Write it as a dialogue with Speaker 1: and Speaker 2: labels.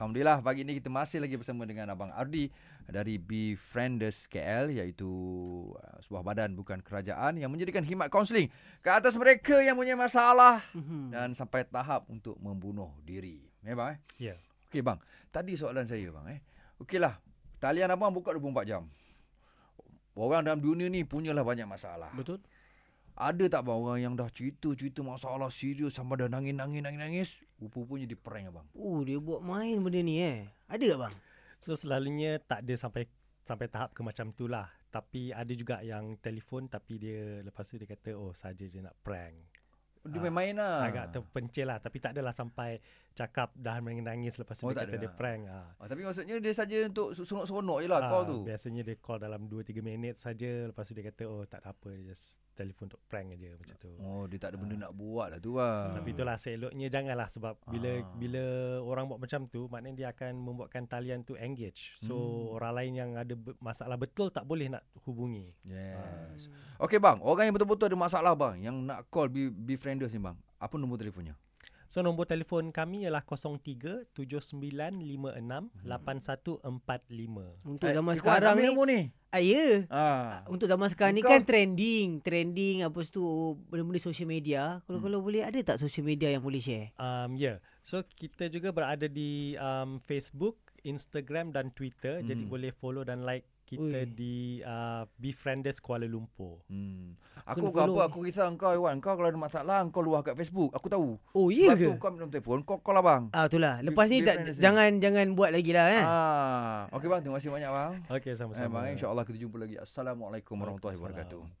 Speaker 1: Alhamdulillah pagi ini kita masih lagi bersama dengan Abang Ardi dari Befrienders KL iaitu uh, sebuah badan bukan kerajaan yang menjadikan khidmat kaunseling ke atas mereka yang punya masalah
Speaker 2: Mhm.
Speaker 3: Hmm.
Speaker 1: dan sampai tahap untuk membunuh diri. Ya bang eh?
Speaker 2: Ya.
Speaker 1: Okey bang, tadi soalan saya bang eh. Okeylah, talian abang buka 24 jam. Orang dalam dunia ni punyalah banyak masalah.
Speaker 2: Betul?
Speaker 1: Ada tak bang orang yang dah cerita-cerita masalah serius sampai dah nangis-nangis-nangis, rupa-rupanya dia prank abang.
Speaker 2: Oh, dia buat main benda ni eh. Ada tak bang?
Speaker 3: So selalunya tak ada sampai sampai tahap ke macam tu lah. Tapi ada juga yang telefon tapi dia lepas tu dia kata oh saja je nak prank.
Speaker 1: Dia
Speaker 3: Ah,
Speaker 1: main-main lah.
Speaker 3: Agak terpencil lah tapi tak adalah sampai cakap dah menangis lepas tu
Speaker 1: Oh,
Speaker 3: dia
Speaker 1: tak
Speaker 3: kata
Speaker 1: ada
Speaker 3: dia
Speaker 1: lah.
Speaker 3: prank. Ah.
Speaker 1: Ah, tapi maksudnya dia saja untuk seronok-seronok je lah
Speaker 3: Ah,
Speaker 1: call tu.
Speaker 3: Biasanya dia call dalam 2-3 minit saja lepas tu dia kata oh tak ada apa just telefon untuk prank je macam tu.
Speaker 1: Oh, dia tak ada benda
Speaker 3: Ah.
Speaker 1: nak buat lah tu lah.
Speaker 3: Tapi itulah seeloknya janganlah sebab bila
Speaker 1: Ah.
Speaker 3: bila orang buat macam tu maknanya dia akan membuatkan talian tu engage. So
Speaker 1: Hmm.
Speaker 3: orang lain yang ada be- masalah betul tak boleh nak hubungi.
Speaker 1: Yes. Okey bang, orang yang betul-betul ada masalah bang, yang nak call be befrienders ni bang. Apa nombor telefonnya?
Speaker 3: So nombor telefon kami ialah 03 7956 8145.
Speaker 2: Untuk
Speaker 1: Eh,
Speaker 2: zaman
Speaker 1: eh, korang
Speaker 2: sekarang
Speaker 1: ambil
Speaker 2: ni.
Speaker 1: nombor ni.
Speaker 2: Ah, ya.
Speaker 1: Ah.
Speaker 2: Untuk zaman sekarang ni
Speaker 1: Kau-
Speaker 2: kan trending, trending apa tu benda-benda social media. Kalau
Speaker 1: Hmm.
Speaker 2: kalau boleh ada tak social media yang boleh share?
Speaker 3: Um ya. Yeah. So kita juga berada di um, Facebook, Instagram dan Twitter.
Speaker 1: Mhm.
Speaker 3: Jadi boleh follow dan like kita
Speaker 2: Ui.
Speaker 3: di uh, Befrienders Kuala Lumpur.
Speaker 1: Hmm. Aku kau
Speaker 2: Kena
Speaker 1: apa
Speaker 2: follow
Speaker 1: aku risau kau Iwan. Kau kalau ada masalah kau luah kat Facebook. Aku tahu.
Speaker 2: Oh,
Speaker 1: Lepas
Speaker 2: ya
Speaker 1: tu
Speaker 2: ke?
Speaker 1: kau minum telefon, kau call lah, abang.
Speaker 2: Ah, itulah. Lepas ni
Speaker 1: Be-
Speaker 2: tak
Speaker 1: befriend
Speaker 2: jangan jangan buat lagi lah eh.
Speaker 1: Ah. Okey bang, terima kasih banyak bang.
Speaker 3: Okey
Speaker 1: Eh,
Speaker 3: sama-sama.
Speaker 1: bang, insya-Allah kita jumpa lagi. Assalamualaikum warahmatullahi wabarakatuh.